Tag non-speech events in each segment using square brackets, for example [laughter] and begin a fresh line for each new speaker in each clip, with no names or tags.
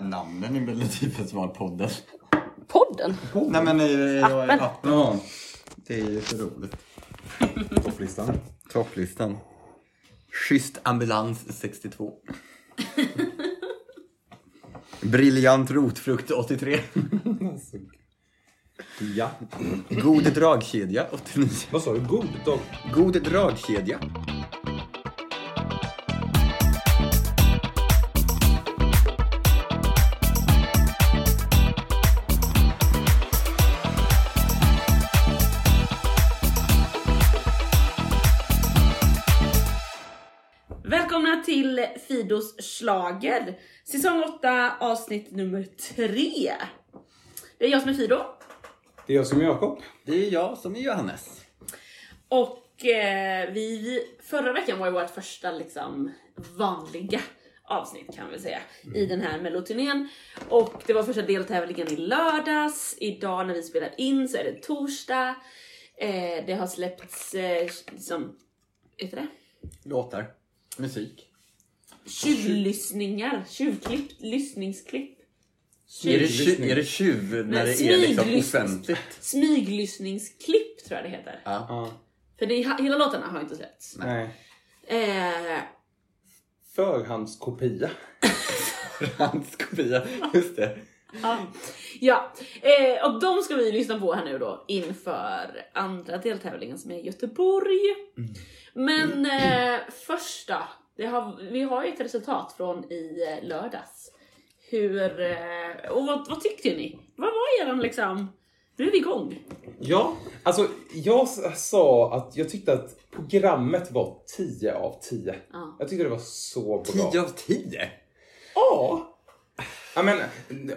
namnen i Melodifestivalpodden?
Podden?
Nej men i, i, i
Appen.
appen. Ja. Det är ju för roligt.
Topplistan.
Topplistan. Schysst ambulans [laughs] 62. Briljant rotfrukt 83.
Alltså. Ja.
God dragkedja 89.
[laughs] Vad sa du? God dag.
God dragkedja.
Välkomna till Fidos slager. Säsong 8 avsnitt nummer 3. Det är jag som är Fido.
Det är jag som är Jakob.
Det är jag som är Johannes.
Och eh, vi, förra veckan var ju vårt första liksom, vanliga avsnitt kan vi säga i den här melloturnén. Och det var första deltävlingen i lördags. Idag när vi spelar in så är det torsdag. Eh, det har släppts eh, liksom, heter det?
Låtar. Musik.
Tjuvlyssningar, tjuvklipp, lyssningsklipp.
Är det, tju- är det tjuv när det är liksom
smyglyssning.
offentligt?
Smyglyssningsklipp tror jag det heter.
Ja. [laughs]
Ja.
För det, är- hela låtarna har inte släppts.
Nej.
Eh,
Förhandskopia.
Hans kopia. Just det.
ja, eh, och de ska vi lyssna på här nu då inför andra deltävlingen som är i Göteborg.
Mm.
Men eh, först då. Det har, vi har ju ett resultat från i eh, lördags. Hur, eh, och vad, vad tyckte ni? Vad var eran liksom? Nu är vi igång.
Ja, alltså jag s- sa att jag tyckte att programmet var 10 av 10.
Ja.
Jag tyckte det var så bra.
10 av 10?
Ja! Ja men,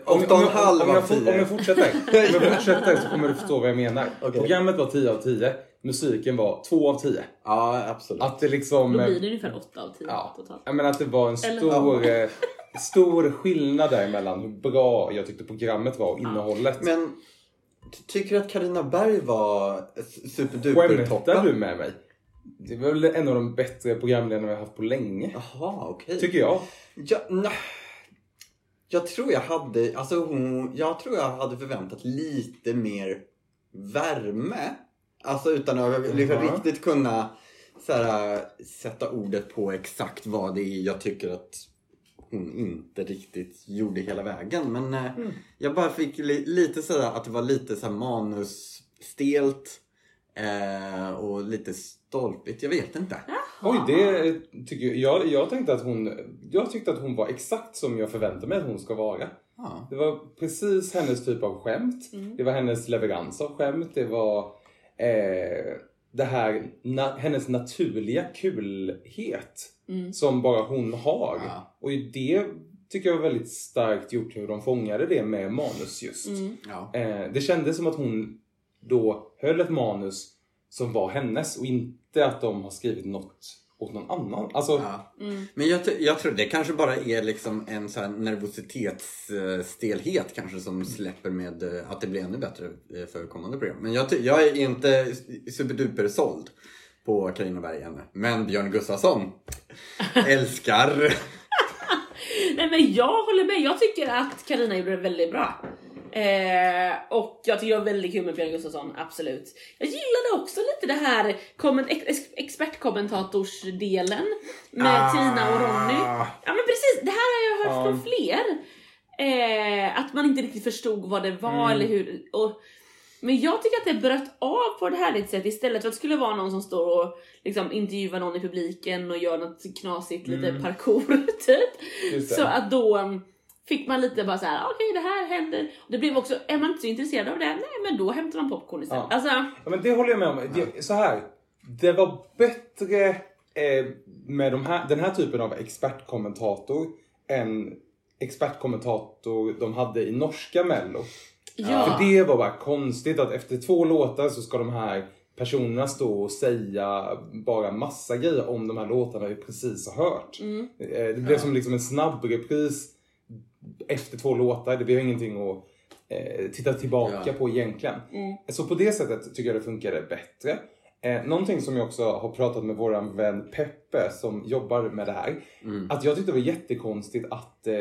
om,
Åtta och en
jag-
halv
om, jag,
av
fort-
tio.
om
[laughs]
jag fortsätter om jag fortsätter så kommer du förstå vad jag menar.
Okej.
Programmet var 10 av 10, musiken var 2 av 10.
Ja, absolut.
Att det liksom...
Då blir det ungefär 8 av 10
Ja,
totalt.
jag menar att det var en
Eller-
stor, eh, stor skillnad däremellan hur bra jag tyckte programmet var och innehållet.
Men ty- tycker du att Karina Berg var s-
Skämtar du
superdupertoppen?
med mig? Det var väl en av de bättre programledarna vi har haft på länge.
Jaha, okej.
Tycker jag.
Jag, nej. jag tror jag hade, alltså hon, jag tror jag hade förväntat lite mer värme. Alltså utan att liksom
Jaha.
riktigt kunna så här, sätta ordet på exakt vad det är jag tycker att hon inte riktigt gjorde hela vägen. Men eh, jag bara fick li, lite sådär att det var lite så här manusstelt eh, och lite stolpigt. Jag vet inte.
Oj, det tycker jag. Jag, jag, tänkte att hon, jag tyckte att hon var exakt som jag förväntar mig att hon ska vara.
Ja.
Det var precis hennes typ av skämt. Det var hennes leverans av skämt. Det var eh, det här, na, hennes naturliga kulhet som bara hon har.
Ja.
Och det tycker jag var väldigt starkt gjort hur de fångade det med manus just.
Ja.
Eh, det kändes som att hon då höll ett manus som var hennes och inte att de har skrivit något åt någon annan. Alltså,
Ja. Men jag, t- jag tror det kanske bara är liksom en så här nervositetsstelhet kanske som släpper med eh, att det blir ännu bättre eh, för kommande program. Men jag, ty- jag är inte superduper såld på Carina Berg ännu. Men Björn
[laughs]
Gustafsson älskar.
Nej men jag håller med, jag tycker att Karina gjorde det väldigt bra. Eh, och jag tycker det var väldigt kul med Björn Gustafsson, absolut. Jag gillade också lite det här komment- ex- ex- expertkommentatorsdelen med
Ah.
Tina och Ronny. Ja men precis, det här har jag hört
Ja.
från fler. Eh, att man inte riktigt förstod vad det var eller hur. Och, men jag tycker att det bröt av på ett härligt sätt istället för att det skulle vara någon som står och liksom intervjuar någon i publiken och gör något knasigt, lite parkour [laughs] typ.
Mm. just det.
Så att då um, fick man lite bara så här: "Ah, okej det här händer. Och det blev också, är man inte så intresserad av det, nej men då hämtar man popcorn istället.
Ja.
Alltså,
Ja, men det håller jag med om. Det, så här. Det var bättre eh, med de här, den här typen av expertkommentator än expertkommentator de hade i norska mello.
ja.
För det var bara konstigt att efter två låtar så ska de här personerna stå och säga bara massa grejer om de här låtarna vi precis har hört. Eh, Det blev som liksom en snabb repris efter två låtar. Det blev ingenting att eh, titta tillbaka
Ja.
på egentligen. Så på det sättet tycker jag det funkade bättre. Eh, någonting som jag också har pratat med våran vän Peppe som jobbar med det här. Att jag tyckte det var jättekonstigt att eh,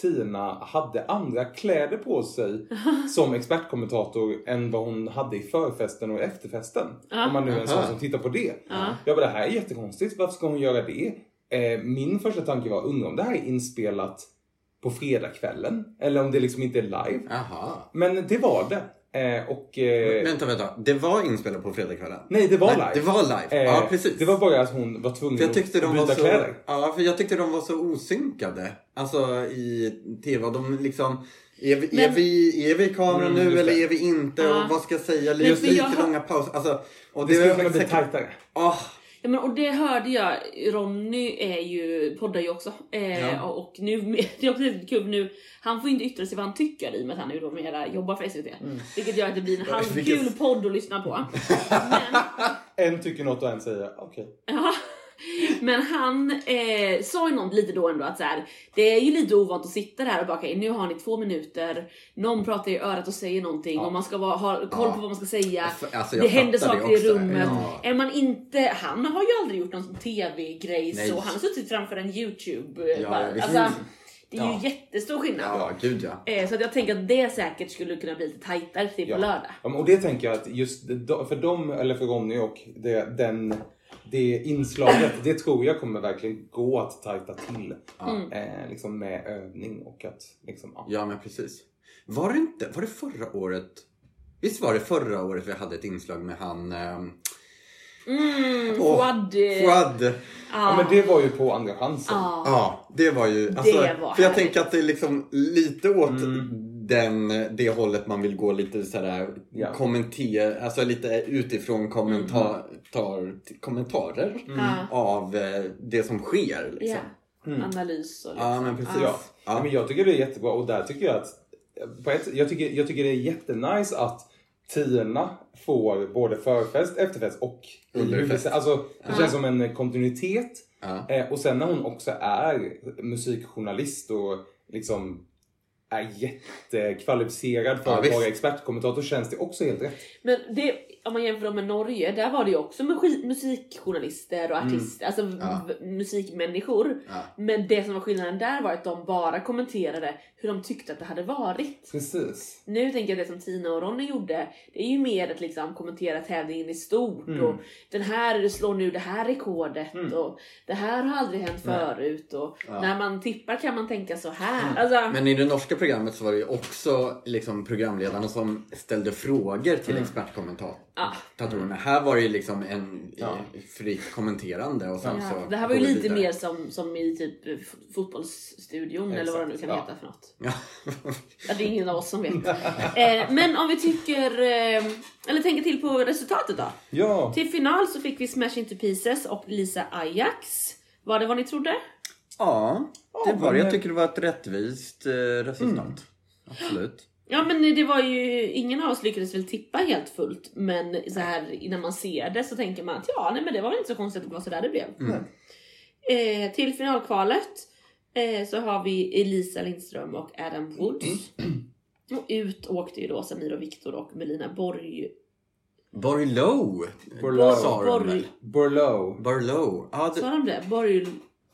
Tina hade andra kläder på sig som expertkommentator än vad hon hade i förfesten och efterfesten.
Ja.
Om man nu är en sån
Aha.
som tittar på det.
Ja.
Jag bara, det här är jättekonstigt. Varför ska hon göra det? Eh, min första tanke var, undrar om det här är inspelat på fredagskvällen? Eller om det liksom inte är live?
Jaha.
Men det var det. Eh, och... Eh,
Vänta, vänta. Det var inspelat på fredagskvällen?
nej, det var
Nej,
live.
Det var live.
Eh,
ja, precis.
Det var bara att hon var tvungen
För jag tyckte
att
de
byta
var så,
kläder.
ja, för jag tyckte de var så osynkade. Alltså i TV. De liksom, är vi, är
Men-
vi, är vi i kameran
Mm, just
nu eller
det.
är vi inte?
Ja.
Och vad ska jag säga?
Men
Lite,
för
lite
jag har-
långa pauser. Alltså, och
Det
det,
skulle
var
kunna bli
säkert-
tajtare.
Ah,
Ja, men, och det hörde jag, Ronny är ju, poddar ju också. Eh,
Ja.
Och nu, [laughs] det är också lite kul nu, han får ju inte yttra sig vad han tycker i och med att han ju då mera jobbar för SVT.
Mm.
Vilket gör att det blir en halvkul
Vilket-
podd att lyssna på. Men,
En tycker något och en säger okej.
Ja. Men han eh, sa ju något lite då ändå att så här, det är ju lite ovant att sitta där och bara okej nu har ni två minuter, någon pratar i örat och säger någonting och man ska vara, ha koll på
Ja.
vad man ska säga.
Alltså, jag
det händer
fattar
saker i
också.
rummet.
Ja.
Är man inte, han har ju aldrig gjort någon tv-grej
Nej.
så han har suttit framför en youtube. eh,
Ja,
bara,
visst.
alltså, det är ju
Ja.
jättestor skillnad.
Ja, gud ja.
Eh, så att jag tänker att det säkert skulle kunna bli lite tajtare till på lördag.
Ja, men- och det tänker jag att just de- för dem, eller för Ronny och det, den, det inslaget, det tror jag kommer verkligen gå att tajta till. Eh, liksom med övning och att liksom, ja.
Ja, men precis. Var det inte, var det förra året? Visst var det förra året vi hade ett inslag med han... ehm,
Mm,
åh,
Fouad, eh,
Fouad.
Ah.
ja men det var ju på Andra chansen.
ja.
Ja, det var ju... Alltså,
Det var
för jag
härligt.
tänker att det är liksom lite åt
Mm.
den, det hållet man vill gå lite sådär
Ja.
kommenter, alltså lite utifrån kommentar, tar, kommentarer
Mm. Ja.
av eh, det som sker. Liksom.
Ja. Analys och liksom.
Ja, men precis.
Ja.
Ja.
Nej, Men jag tycker det är jättebra och där tycker jag att på ett, jag, tycker, jag tycker det är jättenice att Tina får både förfest, efterfest och i
Underfest.
huvudse- Alltså, det känns som en kontinuitet.
Ja.
Eh, och sen när hon också är musikjournalist och liksom är jättekvalificerad för
Ja,
att
visst.
vara expertkommentator känns det också helt rätt.
Men det, om man jämför dem med Norge, där var det ju också musi- musikjournalister och artister, alltså
Ja.
v- musikmänniskor.
Ja.
Men det som var skillnaden där var att de bara kommenterade hur de tyckte att det hade varit.
Precis.
Nu tänker jag det som Tina och Ronny gjorde, det är ju mer att liksom kommentera tävlingen i stort
Mm.
och den här slår nu det här rekordet
Mm.
och det här har aldrig hänt
Nej.
förut och
Ja.
när man tippar kan man tänka så här. Alltså,
Men i det norska programmet så var det ju också liksom programledarna som ställde frågor
Mm.
till
Ja.
expertkommentatorerna. Här var det ju liksom en
Ja.
eh, fritt kommenterande och sen
Ja,
så...
det här var ju
går vi
lite
vidare.
mer som, som i typ f- fotbollsstudion eller vad det nu
Exakt,
kan
ja.
heta för något.
Ja. [laughs]
Ja, det är ingen av oss som vet. eh, men om vi tycker, eh, eller tänker till på resultatet då.
Ja.
Till final så fick vi Smash Into Pieces och Lisa Ajax. Var det vad ni trodde?
Ja, det
Ja,
var det.
men-
Jag tycker det var ett rättvist eh, resultat. Absolut.
Ja men det var ju, ingen av oss lyckades väl tippa helt fullt men så här när man ser det så tänker man att ja nej men det var väl inte så konstigt att det var sådär det blev. Eh, till finalkvalet eh, så har vi Elisa Lindström och Adam Woods. Och ut åkte ju då Samir och Viktor och Melina Borg.
Borlow
Borlow.
sa de
Borg.
väl?
Burlow.
Borlow. Ja, det,
Sa de det? Borg...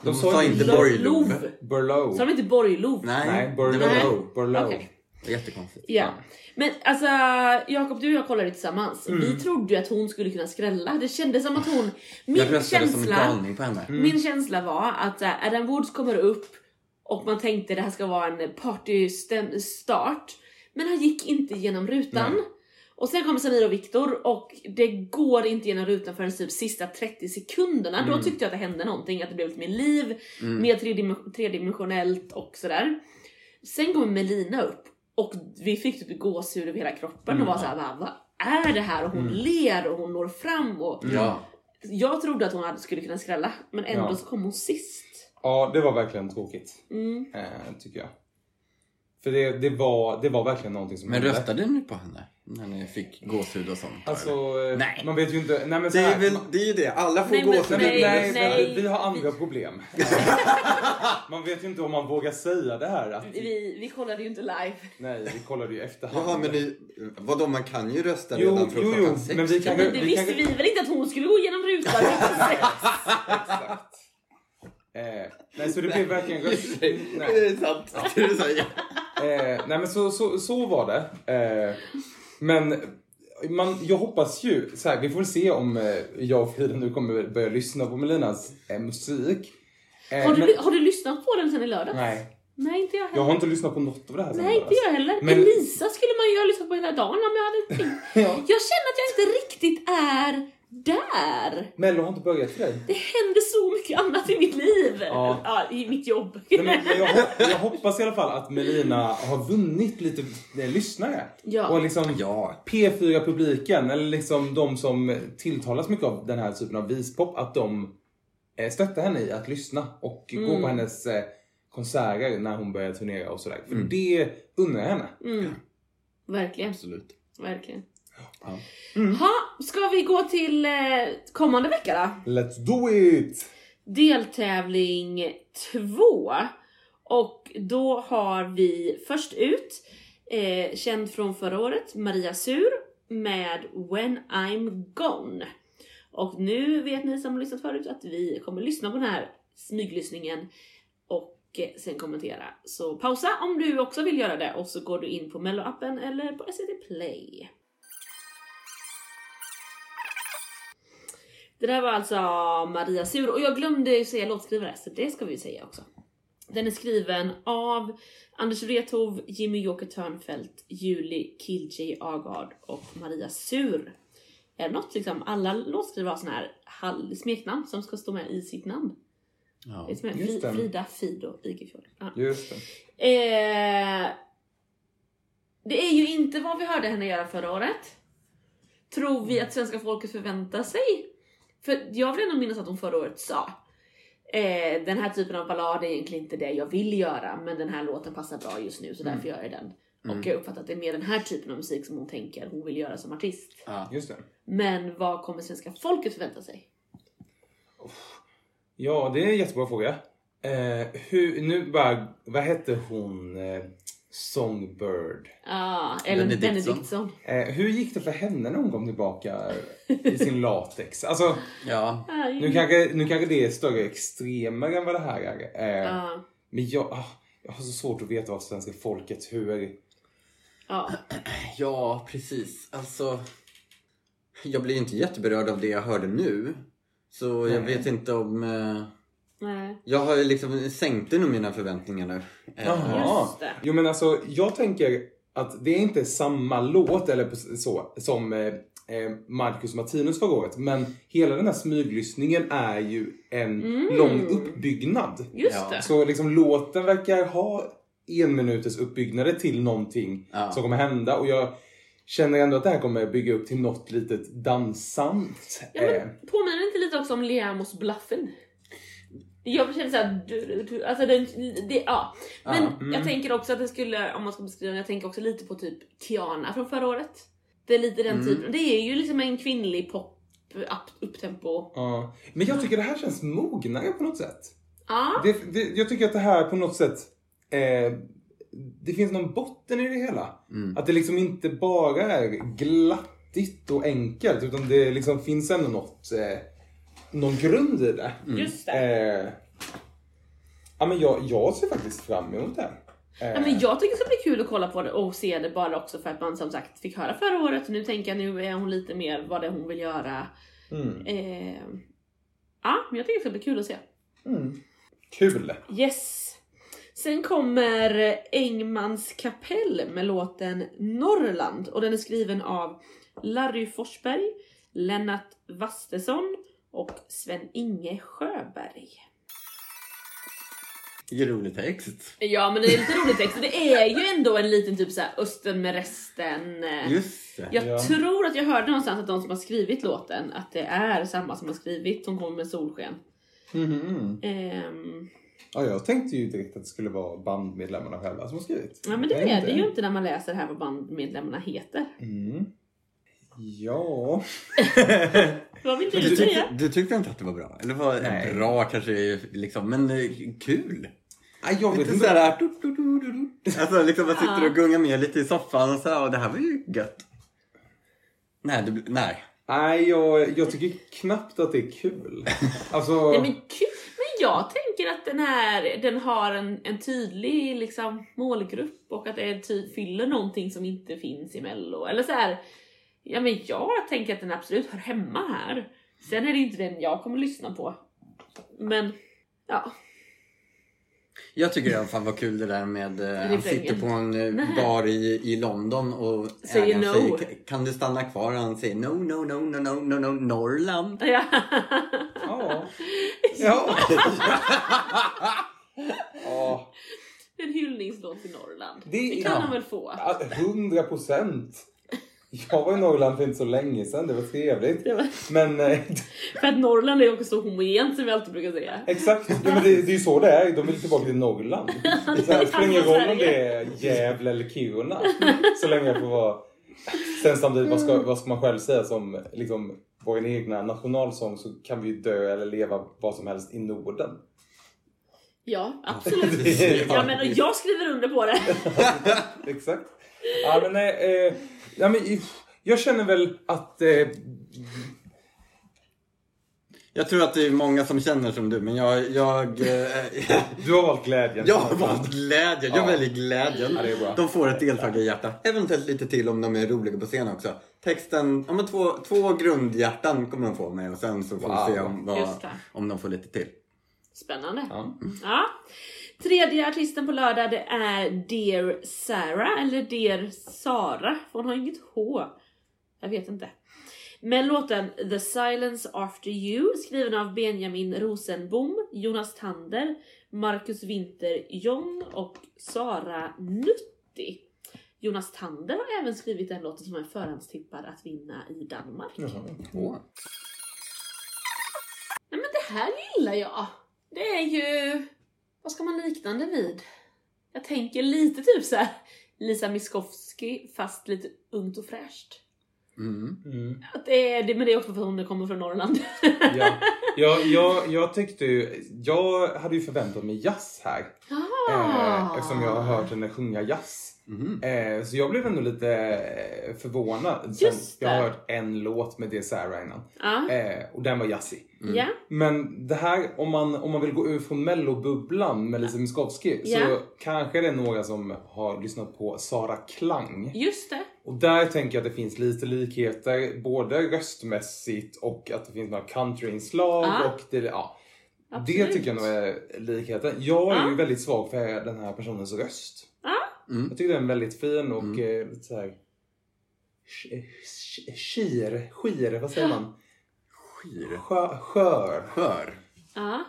de
sa
sa
ju
Mm, inte
Lo-
Borglov.
Lov.
Burlow.
Sa de inte Borglov?
Nej,
Nej,
det
Burlow.
var
Nej.
Low.
Burlow.
Okej.
Jättekonstigt.
Ja. Men alltså Jakob, du och jag kollade ju tillsammans. Vi trodde ju att hon skulle kunna skrälla. Det kändes som att hon...
Mm. Jag
Min
röstade som en
känsla...
galning på henne.
Min känsla var att äh, Adam Woods kommer upp och man tänkte det här ska vara en partystart. Men han gick inte genom rutan. Och sen kommer Samir och Viktor och det går inte genom rutan förrän typ sista 30 sekunderna. Då tyckte jag att det hände någonting, att det blev lite mer liv, mer tredim- tredimensionellt och sådär. Sen kommer Melina upp och vi fick typ gåshud över hela kroppen och var såhär, "Va, vad är det här? Och hon ler och hon når fram och
Ja.
jag trodde att hon hade- skulle kunna skrälla, men ändå
Ja.
så kom hon sist.
Ja, det var verkligen tråkigt.
Mm.
Eh, tycker jag. För det, det, var, det var verkligen någonting som
Men
hände.
röstade ni på henne? När ni fick gåshud och sånt?
Alltså,
eller?
eh,
Nej.
man vet ju inte. Nej men så
det är
här,
väl det, är ju det. alla får
Nej, men-
gåshud.
Nej, nej,
nej.
Vi, vi har andra problem. [laughs] man vet ju inte om man vågar säga det här. Att,
Vi, vi kollade ju inte live.
nej, vi kollade ju i efterhand.
Jaha, men ni, vadå, man kan ju rösta
Jo,
redan från
jo, jo,
klockan sex.
men [laughs] vi kan ju-
Men [laughs] det visste
kan-
vi väl inte att hon skulle gå igenom rutan
[laughs]
klockan sex?
Exakt. Eh, nej, så det blev
[laughs]
verkligen röst. Nej.
Det är sant. Det är sant.
Eh, nej men så, så, så var det. Eh, men man, jag hoppas ju, så här, vi får väl se om eh, jag och Frida nu kommer börja lyssna på Melinas eh, musik. Eh,
Har du,
men-
ly- har du lyssnat på den sen i lördags?
Nej,
Nej, inte jag heller.
jag har inte lyssnat på något av det här sen
Nej, inte
lördags.
jag heller.
Men-
Elisa skulle man ju ha lyssnat på hela dagen om jag
[laughs]
hade tänkt.
Ja.
Jag känner att jag inte riktigt är där.
Mello har inte börjat för dig.
Det händer så mycket annat i mitt liv.
Ja.
I mitt jobb.
Nej, men, men jag, hop- jag hoppas i alla fall att Melina har vunnit lite eh, lyssnare.
[laughs] Ja.
Och liksom
Ja.
P4-publiken, eller liksom de som tilltalas mycket av den här typen av vispop, att de eh, stöttar henne i att lyssna och gå på hennes eh, konserter när hon börjar turnera och sådär. För det unnar jag henne.
Mm. Verkligen,
Absolut.
verkligen.
Ja.
Ha, ska vi gå till eh, kommande vecka då?
Let's do it!
deltävling två Och då har vi först ut, eh, känd från förra året, Maria Sur med When I'm Gone. Och nu vet ni som har lyssnat förut att vi kommer lyssna på den här smyglyssningen och eh, sen kommentera. Så pausa om du också vill göra det och så går du in på melloappen eller på SVT Play. Det där var alltså Maria Sur och jag glömde ju säga låtskrivare så det ska vi ju säga också. Den är skriven av Anders Wrethov, Jimmy Joker Törnfeldt, Julie Kilgey Agard och Maria Sur. Är det något liksom, alla låtskrivare har sån här hall- smeknamn som ska stå med i sitt namn.
Ja.
Det är som är
just
Fri,
det.
Frida Fido Igefjord. Ja.
Just det.
Eh, det är ju inte vad vi hörde henne göra förra året. Tror vi att svenska folket förväntar sig? För jag vill ändå minnas att hon förra året sa eh, den här typen av ballad är egentligen inte det jag vill göra men den här låten passar bra just nu så därför gör jag den. Och jag uppfattar att det är mer den här typen av musik som hon tänker hon vill göra som artist.
Ja.
Just det.
Men vad kommer svenska folket förvänta sig?
Ja, det är en jättebra fråga. Eh, hur, nu bara, vad hette hon? Eh, Songbird.
Ah, Ellen
Benediktsson.
Benediktsson.
Eh, hur gick det för henne när hon kom tillbaka i sin latex? Alltså,
ja.
Aj.
nu kanske, nu kanske det är större extremer än vad det här är. Eh,
Ah,
Men jag, ah, jag har så svårt att veta av svenska folket hur...
ja.
Ja, precis. Alltså, jag blir inte jätteberörd av det jag hörde nu. Så jag
Nej.
vet inte om... Eh,
Nej.
jag har ju liksom sänkte nog mina förväntningar nu. Eh,
Jaha.
Just det.
Jo men alltså, jag tänker att det är inte samma låt eller på- så som eh, eh, Marcus Martinus förra året. Men hela den här smyglyssningen är ju en lång uppbyggnad.
Just
Ja.
det.
Så liksom låten verkar ha en minuters uppbyggnader till någonting
Ja.
som kommer hända. Och jag känner ändå att det här kommer bygga upp till något litet dansant.
Ja, men
Eh,
Påminner det inte lite också om Leamos bluffen? Jag känner såhär, du, du, du, alltså den, det, ja. Men
Ja,
jag tänker också att det skulle, om man ska beskriva den, jag tänker också lite på typ Tiana från förra året. Det är lite den typen, det är ju liksom en kvinnlig pop, up- upptempo.
ja. Men jag tycker det här känns mognare på något sätt.
Ja,
Det, det, jag tycker att det här på något sätt... Eh, det finns någon botten i det hela. Att det liksom inte bara är glattigt och enkelt utan det liksom finns ändå något, eh, någon grund i det.
just det.
Eh, ja, men jag, jag ser faktiskt fram emot det. här.
Ja,
Eh,
men jag tycker det ska bli kul att kolla på det och se det bara också för att man som sagt fick höra förra året och nu tänker jag nu är hon lite mer vad det är hon vill göra.
mm,
Eh, ja, men jag tycker det ska bli kul att se.
mm. Kul!
Yes. Sen kommer Engmans kapell med låten Norrland och den är skriven av Larry Forsberg, Lennart Wastesson och Sven-Inge Sjöberg.
Vilken rolig text.
Eh.
Ja men det är lite rolig text och det är ju ändå en liten typ såhär Östen med resten. eh,
Just det.
Jag
Ja.
tror att jag hörde någonstans att de som har skrivit låten att det är samma som har skrivit Som kommer med solsken.
Mhm.
Ehm,
Ja, jag tänkte ju direkt att det skulle vara bandmedlemmarna själva som har skrivit.
Ja, men det
är
är det ju inte när man läser här vad bandmedlemmarna heter.
Mm. Ja.
Vad vill
Men
du
Du, tyck,
säga?
du tyckte inte att det var bra? Eller var
Nej.
bra kanske liksom, men eh, kul?
Nej, jag vet
Lite
inte.
såhär... du, du, du, du, du. Alltså liksom man sitter och gungar med lite i soffan och så här, och det här var ju gött. Nej, det, blir- nej.
Nej, jag, jag tycker knappt att det är kul.
[laughs]
Alltså,
Nej, men, kul. men jag tänker att den här den har en, en tydlig liksom, målgrupp och att den ty- fyller någonting som inte finns i mello. Eller så här, ja, men jag tänker att den absolut hör hemma här. Sen är det inte den jag kommer lyssna på. Men ja, [laughs]
Jag tycker i alla fall var kul det där med eh, han
Refrängen.
sitter på en eh,
Nej.
bar i, i London och
Säger
ägaren
no.
säger kan du stanna kvar? Och han säger no, no, no, no, no, no, no, Norrland.
ja. [laughs]
ja. Ja. ja.
en hyllningslåt till Norrland.
Det är-
Det kan
ja.
han väl få?
Hundra procent. Jag var i Norrland för inte så länge sedan. Det var trevligt.
Det var,
Men eh,
för att Norrland är också så homogent som vi alltid brukar säga.
exakt, Nej, men det, det är ju så det är. De vill tillbaka till Norrland. Så här, det spelar ingen roll om det är Gävle eller Kiruna. Så länge jag får vara... Sen samtidigt, vad
Mm.
ska, vad ska man själv säga som liksom, vår egna nationalsång så kan vi ju dö eller leva vad som helst i Norden.
Ja, absolut.
Det-
Ja, men och jag skriver under på det.
Exakt. Ja, men, nej, eh, ja, men, uff, jag känner väl att... Eh,
Jag tror att det är många som känner som du, men jag, jag, eh, [laughs]
du har valt glädjen.
jag har valt glädjen. Jag
Ja.
väljer glädjen.
Ja, det är bra.
De får ett deltagarhjärta, eventuellt lite till om de är roliga på scen också. Texten, ja men två, två grundhjärtan kommer de få med och sen så får vi
Wow.
se om, vad,
Just det.
om de får lite till.
Spännande.
Ja.
Ja. Tredje artisten på lördag det är Dear Sarah, eller Dear Sara, för hon har inget H. Jag vet inte. Men låten The Silence After You skriven av Benjamin Rosenbom, Jonas Tander, Marcus Winter John och Sara Nutti. Jonas Tander har även skrivit en låt som är förhandstippad att vinna i Danmark.
Jaha.
Åh.
Nej men det här gillar jag. Det är ju... Vad ska man likna det vid? Jag tänker lite typ så här. Lisa Miskovsky fast lite ungt och fräscht.
Mm.
Mm.
Att det är, det, men det är också för att hon kommer från Norrland.
Ja. Jag, jag, jag tyckte ju... Jag hade ju förväntat mig jazz här.
Ah.
Eh, eftersom jag har hört henne sjunga jazz.
Mhm.
Eh, så jag blev ändå lite eh, förvånad. Sen,
Just det.
Jag har hört en låt med det Sarah innan.
Ja.
Eh, och den var jazzig.
ja.
Men det här, om man, om man vill gå ur från mellobubblan med Lisa Miskovsky
Ja.
så kanske det är några som har lyssnat på Sara Klang.
Just det.
Och där tänker jag att det finns lite likheter, både röstmässigt och att det finns några countryinslag.
Ja.
Och det, ja. det
Ah. Absolut. Ah.
tycker jag nog är likheten. Jag är
Ja.
ju väldigt svag för den här personens röst.
Mm.
Jag tycker den är väldigt fin och
Mm.
eh, lite såhär... sk- sk- Skir, skir, vad säger man?
Skir.
Skö, skör,
Skör.
Ja.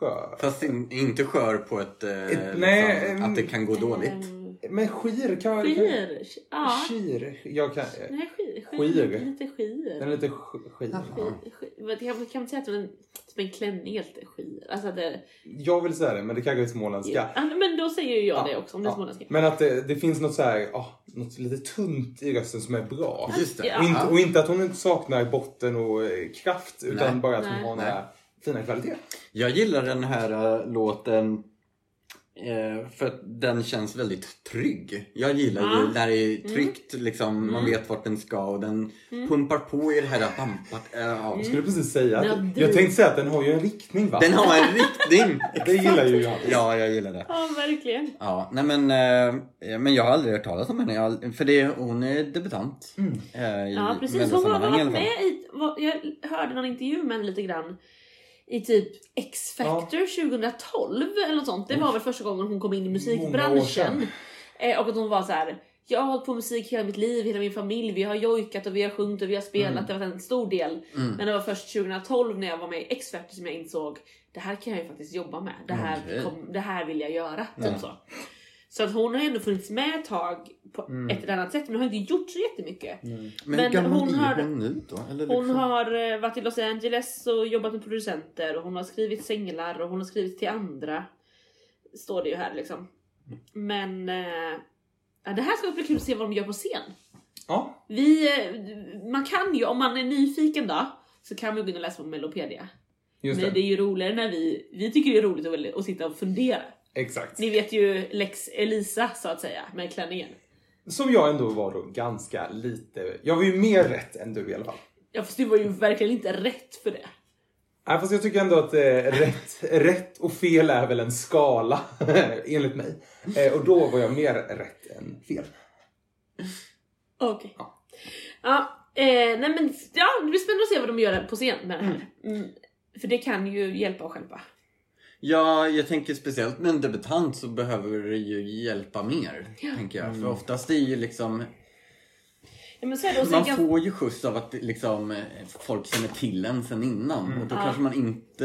skör.
Fast in, inte skör på ett... Eh, liksom,
nej, ehm,
att det kan gå dåligt.
Ehm,
Men skir kan jag...
Skir. Ja.
Skir. Jag kan...
Nej, skir.
Skir.
Lite skir.
Den är lite sk- skir.
Skir- skir. Men Kan kan man säga att det är en- typ en klänning är lite skir? Alltså att det,
Jag vill säga det, men det kanske är småländska.
Ja, Men då säger ju jag det också om det är
Ja.
småländska.
Men att det, det finns något så här, ah, något lite tunt i rösten som är bra.
Just det.
Ja.
Och inte, och inte att hon inte saknar botten och eh, kraft utan
Nej.
bara att hon
Nej. Mm.
har några fina kvaliteter.
Jag gillar den här eh, låten eh, för att den känns väldigt trygg. Jag gillar ju
Ja.
när det är tryggt, liksom, man
Mm.
vet vart den ska och den pumpar på i det här bampat. eh, ja.
Mm.
Jag skulle precis säga
Ja,
att,
du-
jag tänkte säga att den har ju en riktning va?
Den har en riktning! [laughs]
Det gillar ju jag.
Ja, jag gillar det.
Ja, verkligen.
Ja, nej men, eh, men jag har aldrig hört talas om henne. Jag, har aldrig- för det, hon är debutant.
Mm.
eh, i
Ja, precis. Hon har
Mellosammanhang i alla
varit
fall.
med i, vad- jag hörde någon intervju med henne lite grann i typ X-Factor 2012 eller något sånt. Det var väl första gången hon kom in i
Många år sedan.
musikbranschen. Eh, Och att hon var så här. Jag har hållit på med musik hela mitt liv, hela min familj. Vi har jojkat och vi har sjungit och vi har spelat.
Mm.
Det har varit en stor del.
Mm.
Men det var först 2012 när jag var med i X-Factor som jag insåg det här kan jag ju faktiskt jobba med. Det här,
Okej.
kom, det här vill jag göra. Typ så. så att hon har ändå funnits med ett tag på
Mm.
ett eller annat sätt men hon har inte gjort så jättemycket.
Men,
Men
gammal är
hon har-
hon nu då? Eller
Hon
liksom?
har eh, varit i Los Angeles och jobbat med producenter och hon har skrivit singlar och hon har skrivit till andra. Står det ju här liksom. Men eh, ja, det här ska bli kul att se vad de gör på scen.
Ja.
Vi, eh, man kan ju, om man är nyfiken då, så kan man gå in och läsa på Melopedia.
Just
Men
det.
det är ju roligare när vi, vi tycker det är roligt att, väl- att sitta och fundera.
Exakt.
Ni vet ju Lex Elisa så att säga, med klänningen.
Som jag ändå var då ganska lite... Jag var ju mer rätt än du i alla fall.
Ja fast du var ju verkligen inte rätt för det.
Nej, fast jag tycker ändå att eh, rätt, rätt och fel är väl en skala, [laughs] enligt mig. Eh, och då var jag mer rätt än fel.
Okej. Ja. eh, nej men ja, det blir spännande att se vad de gör på scen med det här. Mm. För det kan ju hjälpa och stjälpa.
Ja, jag tänker speciellt med en debutant så behöver det ju hjälpa mer. Tänker jag. För oftast är ju liksom...
Ja, men så är det, och sen
Man
kan...
får ju skjuts av att liksom, eh, folk känner till en sen innan. Och då
Ja.
kanske man inte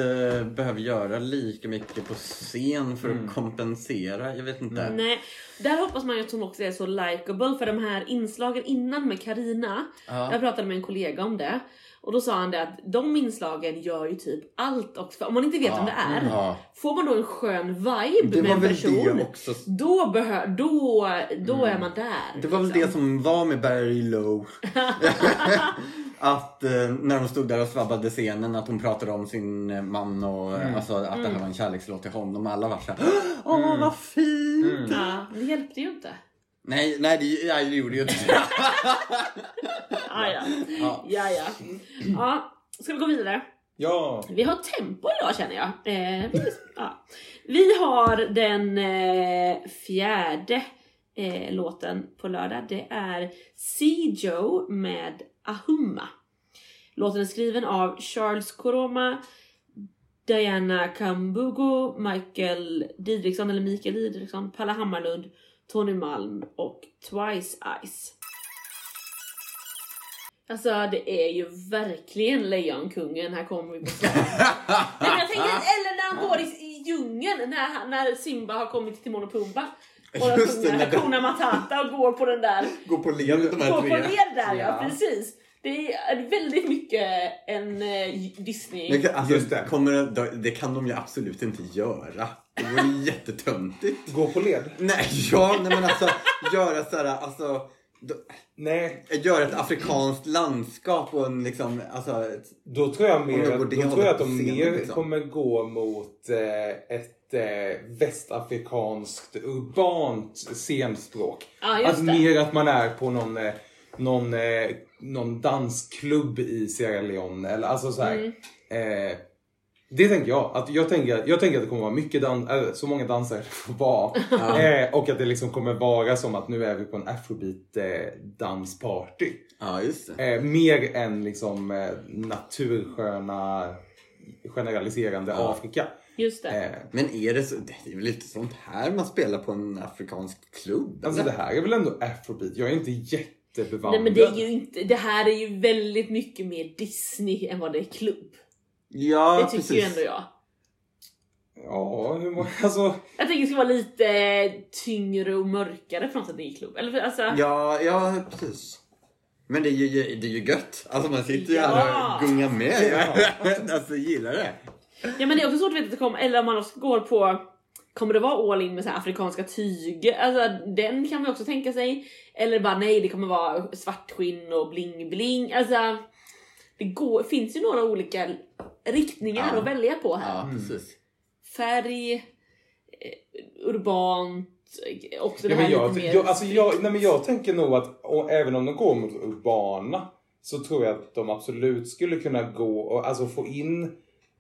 behöver göra lika mycket på scen för att kompensera. Jag vet inte.
Nej, där hoppas man ju att hon också är så likeable för de här inslagen innan med Karina.
Ja.
Jag pratade med en kollega om det och då sa han det att de inslagen gör ju typ allt också. För om man inte vet vem det är,
Ja.
får man då en skön vibe
Det
med
var
en
väl
person,
det också. Mm.
då, behö- då, då är man där.
Det var väl
liksom.
det som var med Barry
[laughs]
Lowe. att eh, när de stod där och svabbade scenen att hon pratade om sin eh, man och
Mm.
eh, alltså, att det här var en kärlekslåt till honom. Alla var
[gasps]
såhär Åh
Mm.
vad fint!
Ja, det hjälpte ju inte.
Nej, nej det, nej, det gjorde ju
[laughs]
inte
Ah, ja.
Ja.
Ja, ja. ja, ska vi gå vidare?
Ja.
Vi har tempo idag känner jag. Eh, ja. Vi har den eh, fjärde eh, låten på lördag. Det är See Joe med Ahumma. Låten är skriven av Charles Koroma, Diana Kambugo, Michael Didriksson eller Mikael Didriksson, Palle Hammarlund, Tony Malm och Twice Ice. Alltså det är ju verkligen Lejonkungen, här kommer vi på slag. Nej, men jag tänker, eller när han går i, i djungeln, när, han- när Simba har kommit till Timon och Pumba. Och de
Just det,
sjunger
när de-
Hakuna Matata och går på den där
[laughs] Gå på led de
Gå
här
på
tre.
ner där ja,
Ja.
precis. Det är väldigt mycket en eh, Disney...
Det kan- Alltså,
Just det.
det. Kommer, det- det kan de ju absolut inte göra. Det vore ju [laughs] jättetöntigt.
Gå på led?
Nej, ja, nej men alltså göra såhär, alltså då-
Nej,
göra ett afrikanskt landskap och en liksom, alltså ett,
då tror jag,
Om
mer,
de går
då
det
tror jag
hållet
att de
på scenen,
mer
liksom.
kommer gå mot eh, ett eh, västafrikanskt urbant scenspråk.
Ja, just
att
alltså,
det.
Alltså, mer att man är på någon, eh, någon, eh, någon dansklubb i Sierra Leone. Eller, alltså så här,
Mm,
eh, det tänker jag. Att jag, tänker, jag tänker att det kommer vara mycket dans, eller så många dansare [laughs] det får vara. eh, och att det liksom kommer vara som att nu är vi på en afrobeat eh, dansparty.
ja just det.
Eh, mer än liksom eh, natursköna generaliserande Afrika.
Just det.
Eh,
Men är det så, det är väl inte sånt här man spelar på en afrikansk klubb?
alltså
eller?
det här är väl ändå afrobeat. Jag är inte jättebevandrad.
Nej men det är ju inte, det här är ju väldigt mycket mer Disney än vad det är klubb.
ja,
det tycker ju ändå jag.
Ja, hur många... [laughs] Alltså...
Jag tänker det ska vara lite tyngre och mörkare på något sätt i klubb. Eller för- alltså,
Ja, ja precis. Men det är ju, det är ju gött. Alltså man sitter ju
Ja.
här och gungar med. Ja. [laughs] alltså gillar det.
Ja men det är också svårt att veta att det kommer, eller om man också går på Kommer det vara all in med så här afrikanska tyger? Alltså den kan man också tänka sig. Eller bara nej det kommer vara svart skinn och bling bling. Alltså det går, finns ju några olika riktningar
Ja.
att välja på här.
Ja, precis.
Färg, eh, urbant, eh, också det
Ja,
här
men jag,
lite mer...
jag, alltså jag, nej, men jag tänker nog att och, även om de går mot urbana så tror jag att de absolut skulle kunna gå och alltså få in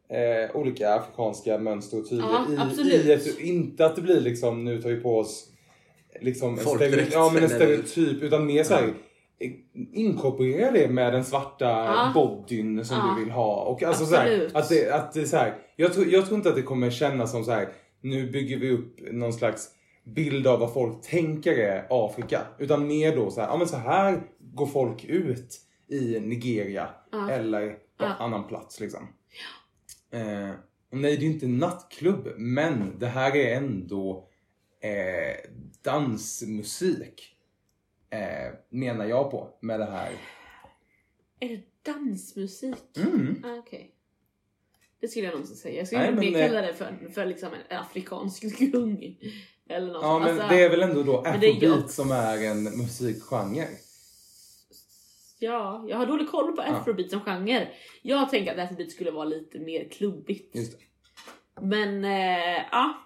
eh, olika afrikanska mönster och tyger
Ja,
i,
absolut.
i ett, inte att det blir liksom nu tar vi på oss liksom en,
Folkdräkt,
stereo, ja, men en
eller-
stereotyp utan mer så här eh, inkorporera det med den svarta
Ja.
bodyn som
Ja.
du vill ha. Och alltså så här,
Absolut.
att det, att det är så här, jag, tror, jag tror inte att det kommer kännas som så här. nu bygger vi upp någon slags bild av vad folk tänker är Afrika. Utan mer då så här, ja men så här går folk ut i Nigeria eller på
Ja.
annan plats liksom. Eh, och nej, det är ju inte en nattklubb, men det här är ändå eh, dansmusik. Eh, menar jag på med det här.
Är det dansmusik?
Mm.
Ah, Okej. Det skulle jag nog inte säga. Jag skulle
Nej,
nog mer
men, eh,
kalla det för, för liksom en afrikansk [laughs] gung. Eller något
Ja,
sånt.
men
Alltså,
det är väl ändå då
men det är
afrobeat
jazz.
som är en musikgenre?
Ja, jag har dålig koll på afrobeat som genre. Jag tänker att afrobeat skulle vara lite mer klubbigt.
Just det.
Men eh, ja,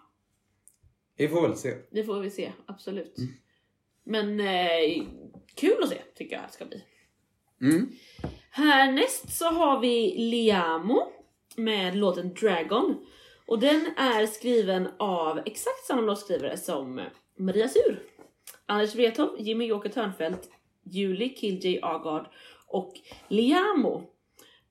Vi får väl se.
det får vi se. Absolut.
Mm.
Men eh, kul att se tycker jag att det ska bli.
Mm.
Härnäst så har vi Liamo med låten Dragon. Och den är skriven av exakt samma låtskrivare som Maria Sur. Anders Wrethov, Jimmy Joker Törnfeldt, Julie Killjay Agard och Liamo.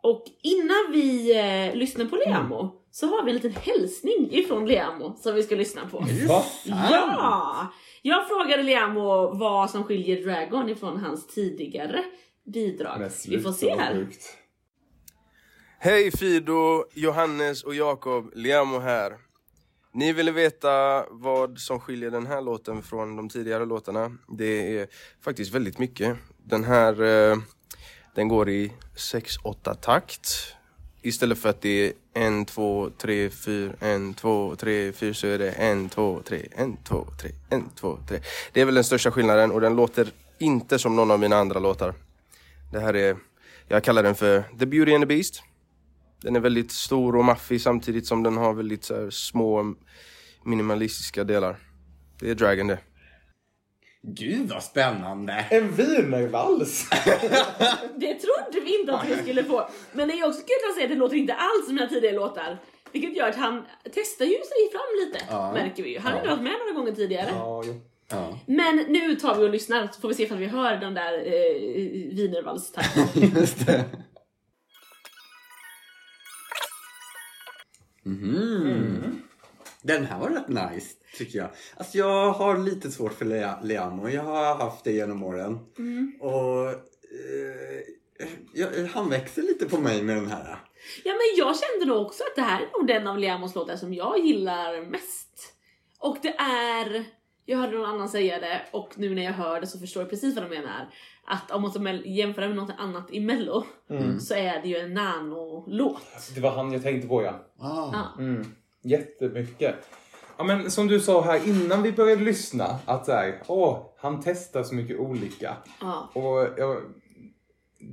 Och innan vi eh, lyssnar på Liamo så har vi en liten hälsning ifrån Liamo som vi ska lyssna på.
Va?
Ja! Jag frågade Liamo vad som skiljer Dragon ifrån hans tidigare bidrag.
Men
Vi får se
sluta, vad
här.
sjukt.
Hej Fido, Johannes och Jakob, Liamo här. Ni ville veta vad som skiljer den här låten från de tidigare låtarna. Det är faktiskt väldigt mycket. Den här, eh, den går i 6-8 takt. Istället för att det är 1, 2, 3, 4, 1, 2, 3, 4 så är det 1, 2, 3, 1, 2, 3, 1, 2, 3. Det är väl den största skillnaden och den låter inte som någon av mina andra låtar. Det här är, jag kallar den för The Beauty and the Beast. Den är väldigt stor och maffig samtidigt som den har väldigt så här, små minimalistiska delar. Det är Dragon det.
Gud vad spännande!
En wienervals!
Det trodde vi inte att vi skulle få. Men det är också kul att säga att det låter inte alls som mina tidigare låtar. Vilket gör att han testar ju sig fram lite,
Ja.
märker vi ju. Han har ju varit med några gånger tidigare.
ja, jo.
Ja.
Men nu tar vi och lyssnar så får vi se ifall vi hör den där eh, wienervalstakten.
[laughs]
Just det. Mhm. Den här var rätt nice, tycker jag. Alltså jag har lite svårt för Lea- Leamo. Jag har haft det genom åren. Och eh, jag, han växer lite på mig med den
Ah.
här.
Ja men jag kände nog också att det här är nog den av Liamos låtar som jag gillar mest. Och det är, jag hörde någon annan säga det och nu när jag hör det så förstår jag precis vad de menar. Att om man ska mel- jämföra med något annat i mello
Mm.
så är det ju en nano-låt.
Det var han jag tänkte på ja.
Ah.
Mm. Jättemycket. Ja, men som du sa här innan vi började lyssna att så här, åh, han testar så mycket olika.
Ja.
Och jag,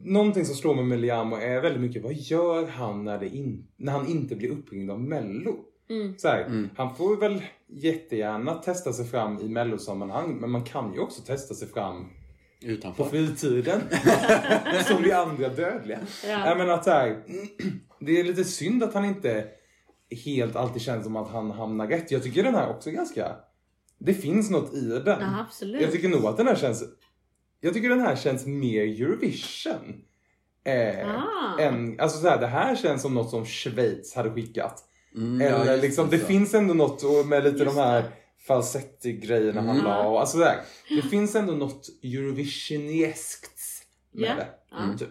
någonting som slår mig med Liamo är väldigt mycket vad gör han när, det in, när han inte blir uppringd av Mello?
Mm.
Så här,
Mm.
Han får väl jättegärna testa sig fram i Mellosammanhang men man kan ju också testa sig fram på
Utanför.
fritiden. som vi andra dödliga.
Ja.
Nej, men att så här, det är lite synd att han inte helt alltid känns som att han hamnar rätt. Jag tycker den här också är ganska... Det finns något i den.
Ja, absolut.
Jag tycker nog att den här känns... Jag tycker den här känns mer Eurovision. Eh,
Ah.
än, alltså så här, det här känns som något som Schweiz hade skickat.
Mm, ja,
Eller
just
liksom, det
så.
finns ändå något och med lite
Just
de här falsetti-grejerna han
Mm.
la och alltså där. Det finns ändå något Eurovisionieskt med
Ja.
det.
Ja. Mm.
Typ.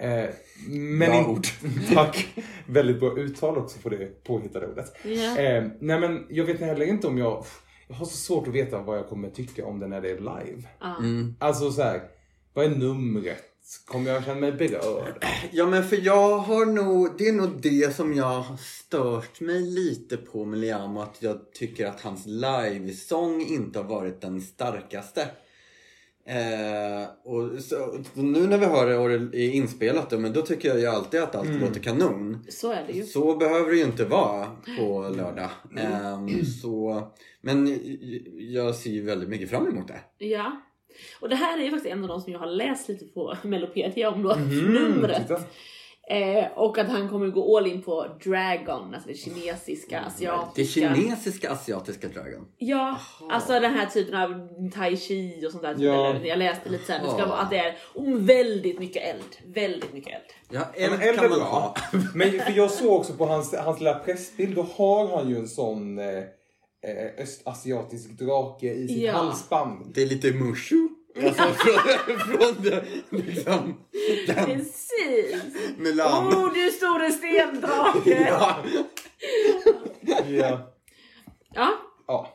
Eh, men
Bra
in-
ord.
[laughs] Tack! Väldigt bra uttal också på det påhittade ordet.
Ja.
Eh, nej men jag vet heller inte om jag... Jag har så svårt att veta vad jag kommer tycka om den när det är live.
Ja.
Mm.
Alltså så här, vad är numret? Kommer jag känna mig berörd?
Ja men för jag har nog, det är nog det som jag har stört mig lite på med Liam att jag tycker att hans livesång inte har varit den starkaste. Eh, och så, nu när vi har det och det är inspelat då, men då tycker jag ju alltid att
Mm.
allt låter kanon.
Så är det ju.
Så behöver det ju inte vara på lördag.
Mm.
Ehm, så, men jag ser ju väldigt mycket fram emot det.
Ja. Och det här är ju faktiskt en av de som jag har läst lite på Melopedia om då, [laughs]
Mm,
numret.
titta.
Eh, och att han kommer gå all in på Dragon, alltså det kinesiska, asiatiska.
Mm. Det kinesiska asiatiska dragon.
Ja, alltså den här typen av tai chi och sånt där. typ,
Ja.
Eller, jag läste lite sen, det ska
Aha.
vara att det är om väldigt mycket eld. Väldigt mycket eld.
Ja,
Ja,
eld
men eld
kan
är
man
bra.
ha.
Men för jag såg också på hans, hans lilla pressbild, då har han ju en sån eh, eh, östasiatisk drake i sitt
Ja.
halsband.
Det är lite mushu. Alltså från, från det, liksom, den
Precis!
Milan.
Oh, du store stendrake!
Ja.
Ja.
ja.
ja.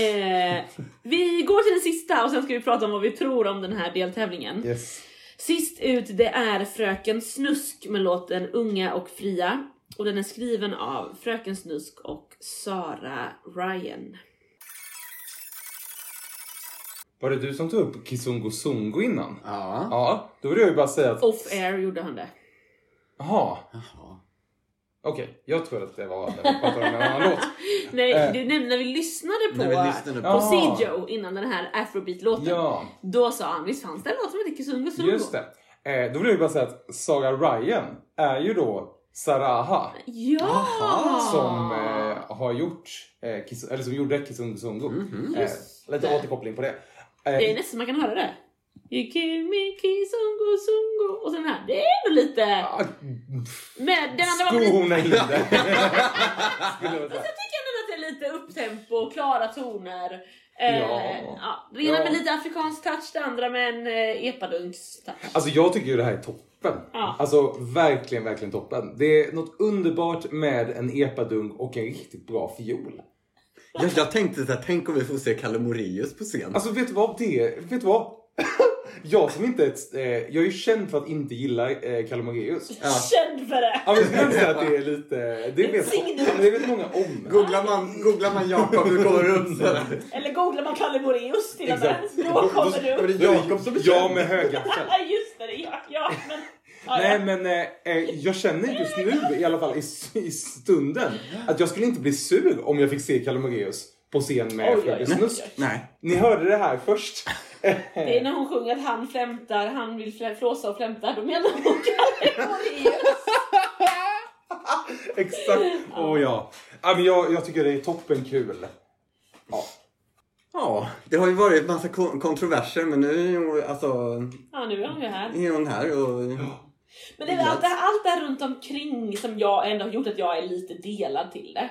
Eh, vi går till den sista och sen ska vi prata om vad vi tror om den här deltävlingen.
Yes.
Sist ut det är Fröken Snusk med låten Unga och fria. Och den är skriven av Fröken Snusk och Sara Ryan.
Var det du som tog upp Kizungo Zungo innan?
Ja.
Ja, då vill jag ju bara säga att...
Off air gjorde han det.
Jaha,
Jaha.
okej. Jag tror att det var när vi pratade om en annan låt.
Nej,
Eh.
du nämnde när vi lyssnade på,
När vi lyssnade på...
Ja.
på Sijo innan den här afrobeat-låten.
Ja,
Då sa han visst fanns det en låt som hette Kizungo Zungo?
just det. Eh, då vill jag ju bara säga att Sara Ryan är ju då Saraha
Ja!
Jaha,
som eh, har gjort, eh, Kiss, eller som gjorde Kizungo Zungo.
Mhm.
Eh,
Just
lite
det.
återkoppling på det. Eh,
Det är nästan man kan höra det. You give me Kizungo Zungo. Och sen den här, det är ändå lite...
ah,
Men den andra var lite...
Skona in det. Skulle jag säga.
Jag tycker ändå att det är lite upptempo, klara toner. Eh,
Ja.
ja, det ena
Ja.
med lite afrikansk touch, det andra med en eh, epadunks-touch.
Alltså jag tycker ju det här är toppen.
Ja.
Alltså verkligen, verkligen toppen. Det är något underbart med en epadung och en riktigt bra fiol.
Jag, jag tänkte så här, tänk om vi får se Kalle Moraeus på scen.
Alltså vet du vad? Det, vet du vad? [laughs] jag som inte är ett, eh, jag är ju känd för att inte gilla eh, Kalle Moraeus.
Ja.
Känd för det!
Ja, men jag skulle inte säga att det är lite, det vet,
Signum.
ja, men det vet många om.
Googlar man, googlar man Jakob så kommer det upp så här.
Eller googlar man Kalle Moraeus till och med.
Exakt.
Då kommer
Då är
du.
det Jakob som är
Ja,
känd.
[laughs]
med högaffel.
Just det, det gör jag. Men, ja,
Nej
ja.
men eh, eh, jag känner just nu, i alla fall i, s- i stunden, att jag skulle inte bli sur om jag fick se Kalle Moraeus på scen med
Oj, oj,
Fröken
oj.
Snusk.
Nej.
Ni hörde det här först. [laughs]
Det är när hon sjunger att han flämtar, han vill flä- flåsa och flämta. Då menar [laughs] hon Kalle Moraeus.
Exakt. Åh ja. ja men jag, jag tycker det är toppenkul. Ja.
Ja, det har ju varit massa ko- kontroverser men nu är hon, alltså,
Ja, nu är hon ju här.
är hon här och...
Men det är väl allt, det här, allt det här runt omkring som jag ändå har gjort att jag är lite delad till det.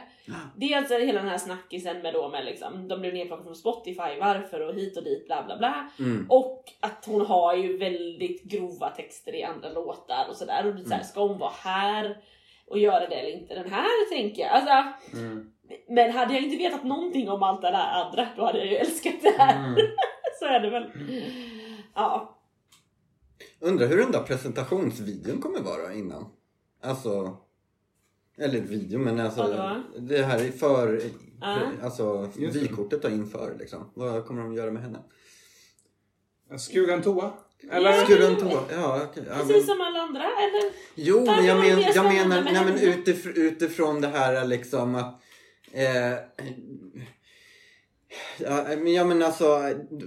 Dels är det hela den här snackisen med då med liksom, de blev nedplockade från Spotify, varför och hit och dit bla bla bla.
Mm.
Och att hon har ju väldigt grova texter i andra låtar och sådär. Och det är
Mm.
såhär, ska hon vara här och göra det eller inte? Den här tänker jag. Alltså,
Mm.
Men hade jag inte vetat någonting om allt det där andra, då hade jag ju älskat det här.
Mm.
[laughs] Så är det väl. Ja.
Undrar hur den där presentationsvideon kommer vara innan. Alltså... Eller video, men alltså...
Vadå?
Det här är för...
Ja.
Alltså
Just det.
vykortet då inför liksom. Vad kommer de göra med henne?
Skuren toa? Eller?
Ja.
Skulle de ta... Ja, okej. Ja, men...
Precis som alla andra, eller?
Jo, men
Varför
jag,
var det
men,
mer
jag
spännande
menar
med
nej, men
henne?
utifrån, utifrån det här liksom att... Eh, Ja, men jag menar alltså,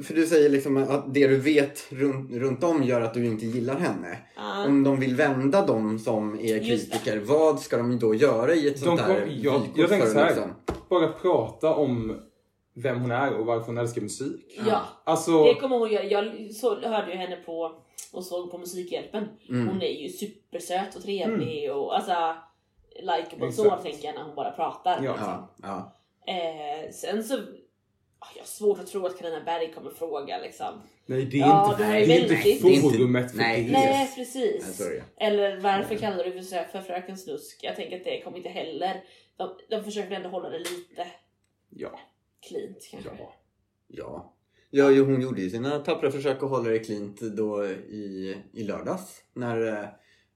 för du säger liksom att det du vet runt, runt om gör att du inte gillar henne.
Ja.
Om de vill vända de som är
Just det.
kritiker, vad ska de då göra i ett
De
sånt
kom,
här
jag,
vykort
jag tänker
för
så här.
liksom?
Bara prata om vem hon är och varför hon älskar musik.
Ja.
Alltså,
Det kommer hon göra. Jag så, hörde ju henne på och såg på Musikhjälpen.
Mm.
Hon är ju supersöt och trevlig och alltså likeable så
Exakt.
tänker jag när hon bara pratar.
Ja.
Ja, ja.
Eh, sen så ah, jag har svårt att tro att Carina Berg kommer fråga liksom.
nej det är
Ja,
inte,
det här
det
är
är inte
väldigt-
forumet för
Nej.
det.
Nej
Nej,
precis.
sorry.
Eller varför kallar du för, för Fröken Snusk? Jag tänker att det kommer inte heller. De, de försöker ändå hålla det lite
Ja,
cleant kanske.
ja.
Ja. Ja, ju, hon gjorde ju sina tappra försök att hålla det cleant då i, i lördags. När eh,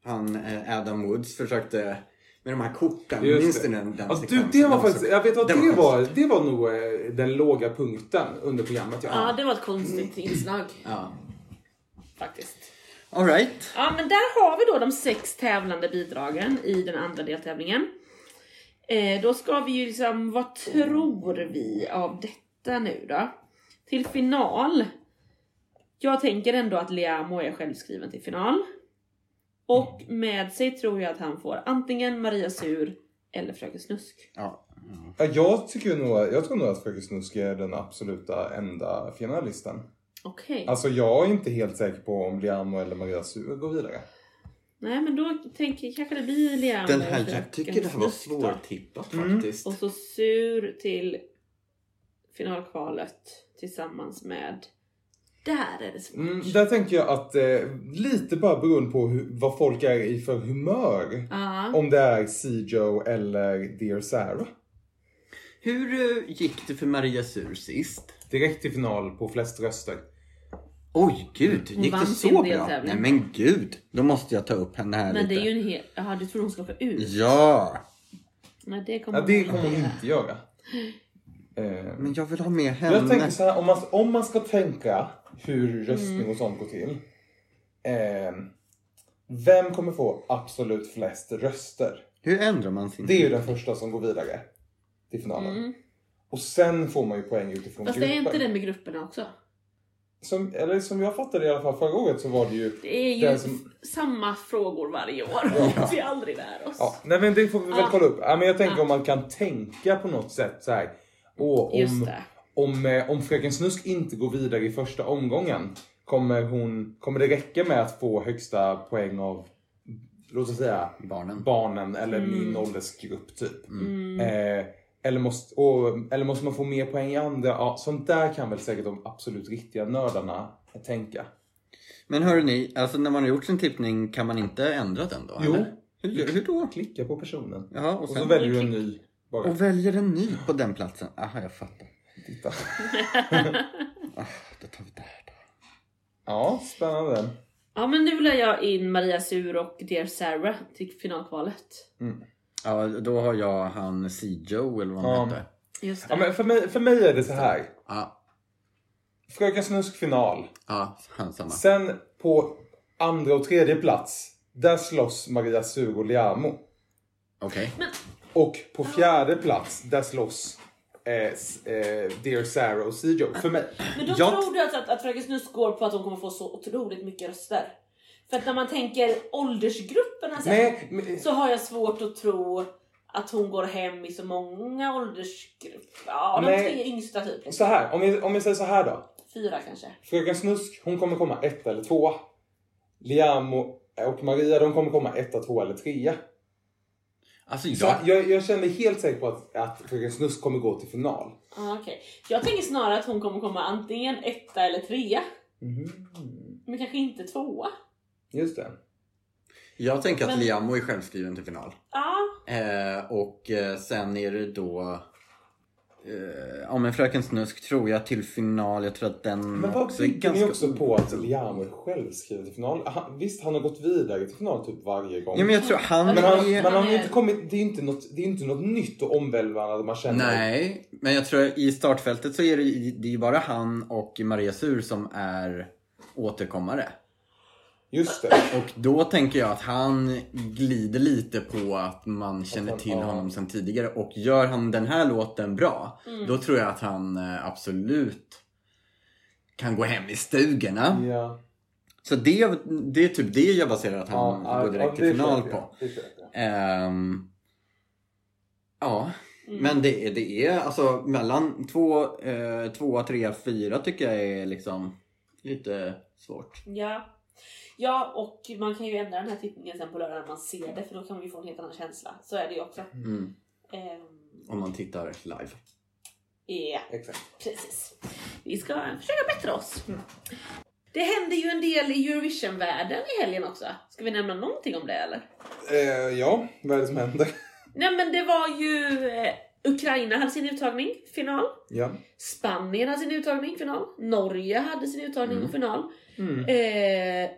han, eh, Adam Woods försökte med de här korten.
Just
Minns
det.
du den, den
Alltså, du,
sekvensen?
det var
Den
faktiskt,
så-
jag vet vad det
den var
var. Det var nog eh, den låga punkten under programmet. Ja.
Ja det var ett konstigt inslag
Ja.
faktiskt.
All right.
Ja men där har vi då de sex tävlande bidragen i den andra deltävlingen. Eh, då ska vi ju liksom, vad tror vi av detta nu då? Till final. Jag tänker ändå att Liamo är självskriven till final. Och med sig tror jag att han får antingen Maria Sur eller Fröken Snusk.
Ja.
Ja, jag, tycker nog, jag tror nog att Fröken Snusk är den absoluta enda finalisten.
Okej.
Alltså jag är inte helt säker på om Liamo eller Maria Sur går vidare.
Nej men då tänker kanske det blir Liamo
Den här,
och
jag tycker
Fröken
det här var
Snusk då.
svårtippat
Mm.
faktiskt.
Och så sur till finalkvalet tillsammans med... Där är det svårt.
Mm, där tänker jag att eh, lite bara beroende på hur, vad folk är i för humör.
Ja.
Om det är Cjo eller Dear Sarah.
Hur eh, gick det för Maria Sur sist?
Direkt till final på flest röster.
Oj gud, gick
vann
det
sin
så bra? Nej
deltävling.
men gud, då måste jag ta upp henne här
Men
lite.
det är ju en hel... Jaha, du tror hon ska få ut?
Ja!
Nej, det kommer
Mm. Ja, det
hon
kommer hon inte göra. Eh,
Men jag vill ha med henne.
Jag tänker så här, om man, om man ska tänka hur röstning och sånt går till. Eh, vem kommer få absolut flest röster?
Hur ändrar man sin...
Det är ju den första som går vidare till finalen. Och sen får man ju poäng utifrån
Mm. Fast det är inte det med grupperna också?
Som, eller som jag fattade i alla fall förra året så var det ju...
Det är ju
Den som-
f- samma frågor varje år. [laughs] Vi är aldrig lär oss.
Ja, nej men det får vi väl
Ja.
kolla upp. Ja, men jag tänker
Ja.
om man kan tänka på något sätt så här. Åh,
Just
om,
det.
om, eh, om Fröken Snusk inte går vidare i första omgången, kommer, hon, kommer det räcka med att få högsta poäng av, låt oss säga,
Barnen.
barnen eller min åldersgrupp typ? Eh, eller, måste, och, eller måste man få mer poäng i andra? Ja, sånt där kan väl säkert de absolut riktiga nördarna tänka.
Men hörni, alltså när man har gjort sin tippning kan man inte ändra den då?
Jo.
eller? Hur, hur då?
Klicka på personen.
Jaha,
Och,
och,
så
sen,
väljer du en ny. Bara.
och väljer en ny på den platsen. Aha, jag fattar.
Titta.
Ah, då tar vi där då.
Ja, spännande.
Ja men nu vill jag in Maria Sur och Dear Sarah till finalkvalet.
Ja, då har jag han C-Joe eller vad han
Ja.
hette.
Just det.
Ja, men för, mig, för mig är det så här.
Ja,
Fröken Snusk final.
ja, han samma.
Sen på andra och tredje plats, där slåss Maria Sur och Liamo.
Okej.
Och på fjärde plats, där slåss eh, s- eh, Dear Sarah och Sijo. För mig.
Men då
Jag-
tror du alltså att, att Fröken Snusk går på att hon kommer få så otroligt mycket röster? För att när man tänker åldersgrupperna sen,
Nej, men-
så har jag svårt att tro att hon går hem i så många åldersgrupper. Ja, de
Nej.
tre yngsta typ.
Så här, om jag, om jag säger så här då.
Fyra kanske.
Fröken Snusk, hon kommer komma ett eller tvåa. Liamo och Maria, de kommer komma etta, tvåa eller trea.
Alltså
Så
jag...
jag, jag känner mig helt säker på att, att Fröken Snusk kommer gå till final.
Ah, okej. Jag tänker snarare att hon kommer komma antingen etta eller trea. Men kanske inte tvåa.
Mhm. Just det.
Jag tänker att
Men-
Liamo är självskriven till final.
Ja,
Eh, och eh, sen är det då... Eh, ja men Fröken Snusk tror jag till final. Jag tror att den
Men vad
är
bygger ni också på att Liamo är självskriven till final? Han, visst, han har gått vidare till final typ varje gång.
Ja men jag tror han,
Men
men han,
är...
men han
han
har
är-
inte kommit, det är inte något, det är inte något nytt och omvälvande man känner.
Nej, men jag tror i startfältet så är det, det är ju bara han och Maria Sur som är återkommare.
Just det.
Och då tänker jag att han glider lite på att man känner till
ja.
honom sedan tidigare. Och gör han den här låten bra, då tror jag att han eh, absolut kan gå hem i stugorna.
Ja.
Så det, det är typ det jag baserar att han
ja,
går direkt
ja,
till
det
final
köper jag.
på.
Det köper jag.
Ehm, ja, men det, är- det är alltså mellan två, eh, tvåa, trea, fyra tycker jag är liksom lite svårt.
Ja. Ja, och man kan ju ändra den här tittningen sen på lördag när man ser det för då kan man ju få en helt annan känsla. Så är det ju också.
Mm,
Ehm,
om man tittar live.
Ja,
Exakt.
precis. Vi ska försöka bättra oss. Det hände ju en del i Eurovision-världen i helgen också. Ska vi nämna någonting om det eller?
Eh, ja, vad är det som händer?
Nej men det var ju eh, Ukraina hade sin uttagning, final.
Ja.
Spanien hade sin uttagning, final. Norge hade sin uttagning,
Mm.
final.
Mm.
Eh,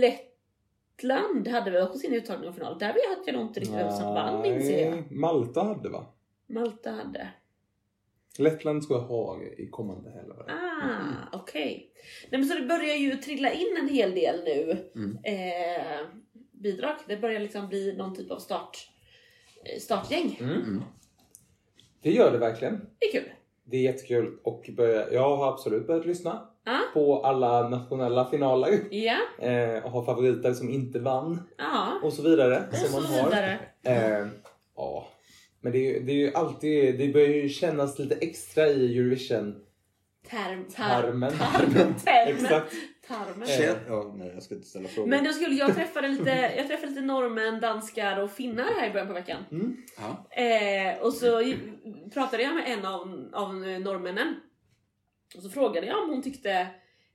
Lettland hade väl också sin uttagning och final. Där vet jag nog inte riktigt vem som vann inser jag.
Nej, Malta hade va?
Malta hade.
Lettland ska jag ha i kommande helg. va? Mm.
Ah, okej. Nej men Så det börjar ju trilla in en hel del nu.
Mm.
Eh, bidrag. Det börjar liksom bli någon typ av start, eh, startgäng.
Mm.
Det gör det verkligen.
Det är kul.
Det är jättekul och börja, jag har absolut börjat lyssna
Ja.
på alla nationella finaler
Ja,
eh, och har favoriter som inte vann
ja.
och så vidare.
Och
som
så
man har.
vidare.
Eh, ja. Men det är, ju- det är ju alltid, det börjar ju kännas lite extra i Eurovision-termen.
Term, tarm, termen.
Exakt.
Tarmen.
Eh.
Tjena- Ja, nej, jag ska inte ställa frågor.
Men jag, skulle, jag, träffade lite, jag träffade lite norrmän, danskar och finnar här i början på veckan.
Ja.
Eh, och så ju- pratade jag med en av, av norrmännen. Och så frågade jag om hon tyckte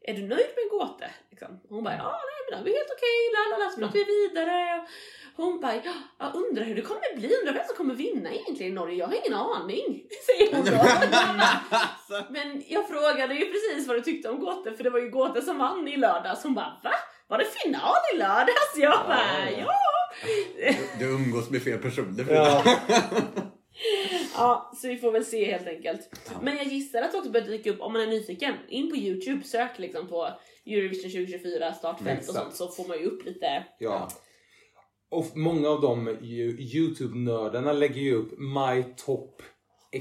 är du nöjd med Gåte? Liksom. Hon bara, ja nej men det är helt okej, la la la så pratar vi vidare. Hon bara, ja jag undrar hur det kommer bli, undrar vem som kommer vinna egentligen i Norge, jag har ingen aning. [laughs] Säger hon då. [laughs]
alltså,
Men jag frågade ju precis vad du tyckte om Gåte för det var ju Gåte som vann i lördags. Hon bara va? Var det final i lördags? Jag bara ja.
du umgås med fel personer.
Ja.
Ja, så vi får väl se helt enkelt. Men jag gissar att det också börjar dyka upp, om man är nyfiken, in på Youtube, sök liksom på Eurovision 2024 startfält och
Exakt.
sånt så får man ju upp lite.
Ja. Och många av de ju- YouTube-nördarna lägger ju upp My Top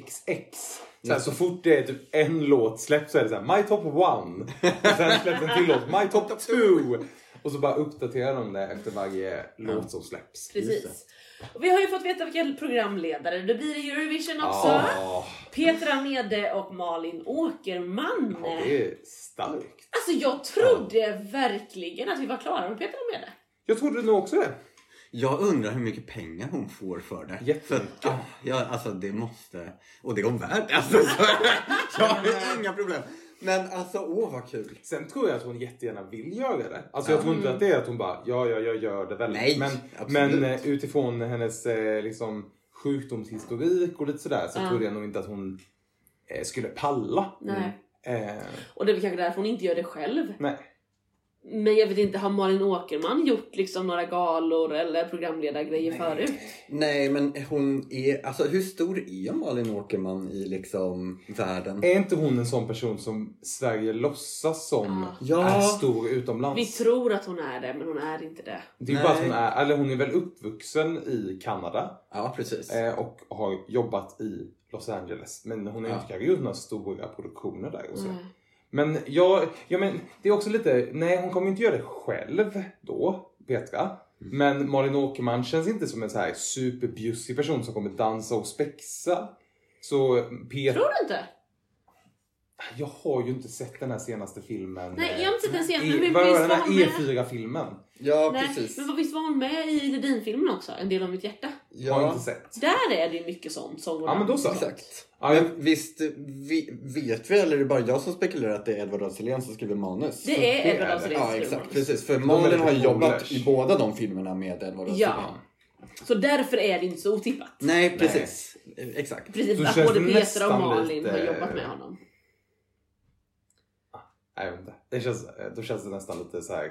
XX. Så, här, så fort det är typ en låt släppt så är det så här My Top 1. Och sen släpps en till låt, [laughs] My Top 2. Och så bara uppdaterar de det efter varje låt som släpps.
Precis. Och vi har ju fått veta vilka programledare det blir i Eurovision också.
Ja,
Petra Mede och Malin Åkerman.
ja, det är starkt.
Alltså jag trodde verkligen att vi var klara med Petra Mede.
Jag trodde nog också det.
Jag undrar hur mycket pengar hon får för det.
Jättemycket.
För, ah, ja, alltså det måste... Och det är hon värd. Alltså, [laughs] så, jag har inga problem. Men alltså, åh vad kul.
Sen tror jag att hon jättegärna vill göra det. Alltså jag tror inte att det är att hon bara, ja, ja, jag gör det väl.
Nej,
men,
absolut.
men eh, utifrån hennes eh, liksom, sjukdomshistorik och lite sådär så trodde jag nog inte att hon eh, skulle palla.
Nej.
Eh,
Och det är väl kanske därför hon inte gör det själv.
nej.
Men jag vet inte, har Malin Åkerman gjort liksom några galor eller programledargrejer förut?
Nej, men hon är... Alltså hur stor är Malin Åkerman i liksom världen?
Är inte hon en sån person som Sverige låtsas som
Ja.
är stor
Vi
utomlands?
tror att hon är det, men hon är inte det.
Det är ju bara att
Nej.
hon är, eller hon är väl uppvuxen i Kanada
Ja, precis.
eh, och har jobbat i Los Angeles. Men hon har ju
Ja.
inte kanske gjort några stora produktioner där och så. Men jag, ja men det är också lite, nej hon kommer inte göra det själv då, Petra. Men Malin Åkerman känns inte som en så här superbjussig person som kommer dansa och spexa. Så Petra,
Tror du inte?
jag har ju inte sett den här senaste filmen.
Nej, jag har inte sett den
E-
senare. Men
vad var
visst
den
var
här E
hon med?
E4-filmen?
Ja,
Nej,
precis.
men vad- visst var hon med i Ledin-filmen också? En del av mitt hjärta.
Har jag
Ja,
inte sett.
Där är det ju mycket sånt. Som hon
Ja men då så.
exakt.
Ja, jag,
Men visst, vi, vet vi eller är det bara jag som spekulerar att det är Edvard af Sillén som skriver manus?
Det är Edward
är
af
det.
Ja,
Sillén som
exakt.
skriver manus.
Precis. För
är
Malin
lite
har jobbat
polers.
i båda de filmerna med Edward af Sillén.
Ja. Så därför är det inte så otippat.
Nej, precis. Eh, Exakt.
Precis,
Så
att
känns
både
det
Petra och
nästan
Malin har
lite-
jobbat med honom.
nej, jag vet inte. Det känns, då känns det nästan lite så här.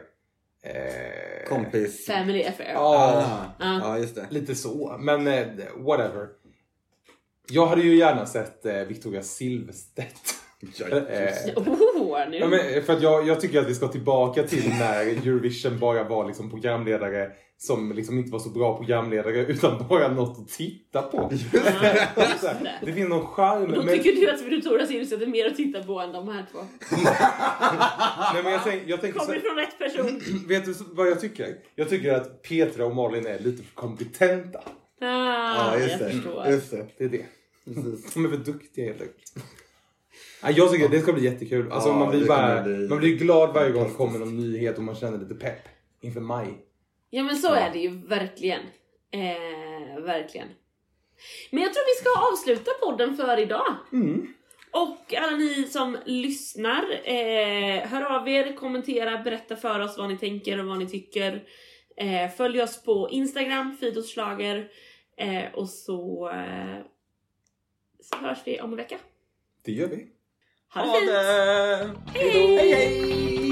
Eh,
Kompis.
Family affair.
Ja,
Ah. Ja, just det.
Lite så, men eh, whatever. Jag hade ju gärna sett eh, Victoria Silvstedt. [laughs] Eh,
Oh, nu.
ja, men, eh, för att jag, jag tycker att vi ska tillbaka [laughs] till när Eurovision bara var liksom programledare som liksom inte var så bra programledare utan bara något att titta på. [laughs]
det.
det finns någon charm.
Då
men-
tycker du att Victoria Silvstedt är mer att titta på än de här två.
Nej, men jag tänk- jag tänker så- [clears throat]
Kommer från rätt person.
Vet du vad jag tycker? Jag tycker att Petra och Malin är lite för kompetenta.
Ah,
Ja, just
jag förstår.
det. Mm. Just det.
Det är det. De är för duktiga helt enkelt. Ja, jag tycker det ska bli jättekul. Alltså,
Ja,
man, blir
det
bara,
kommer bli-
man blir glad varje gång det kommer någon nyhet och man känner lite pepp inför maj.
Ja men så är det ju verkligen. Eh, verkligen. Men jag tror vi ska avsluta podden för idag.
Mm.
Och alla ni som lyssnar, eh, hör av er, kommentera, berätta för oss vad ni tänker och vad ni tycker. Eh, följ oss på Instagram, Fidos schlager. Eh, och så, eh, så hörs vi om en vecka.
Det gör vi.
Ha det fint!
det!
Hej, hej!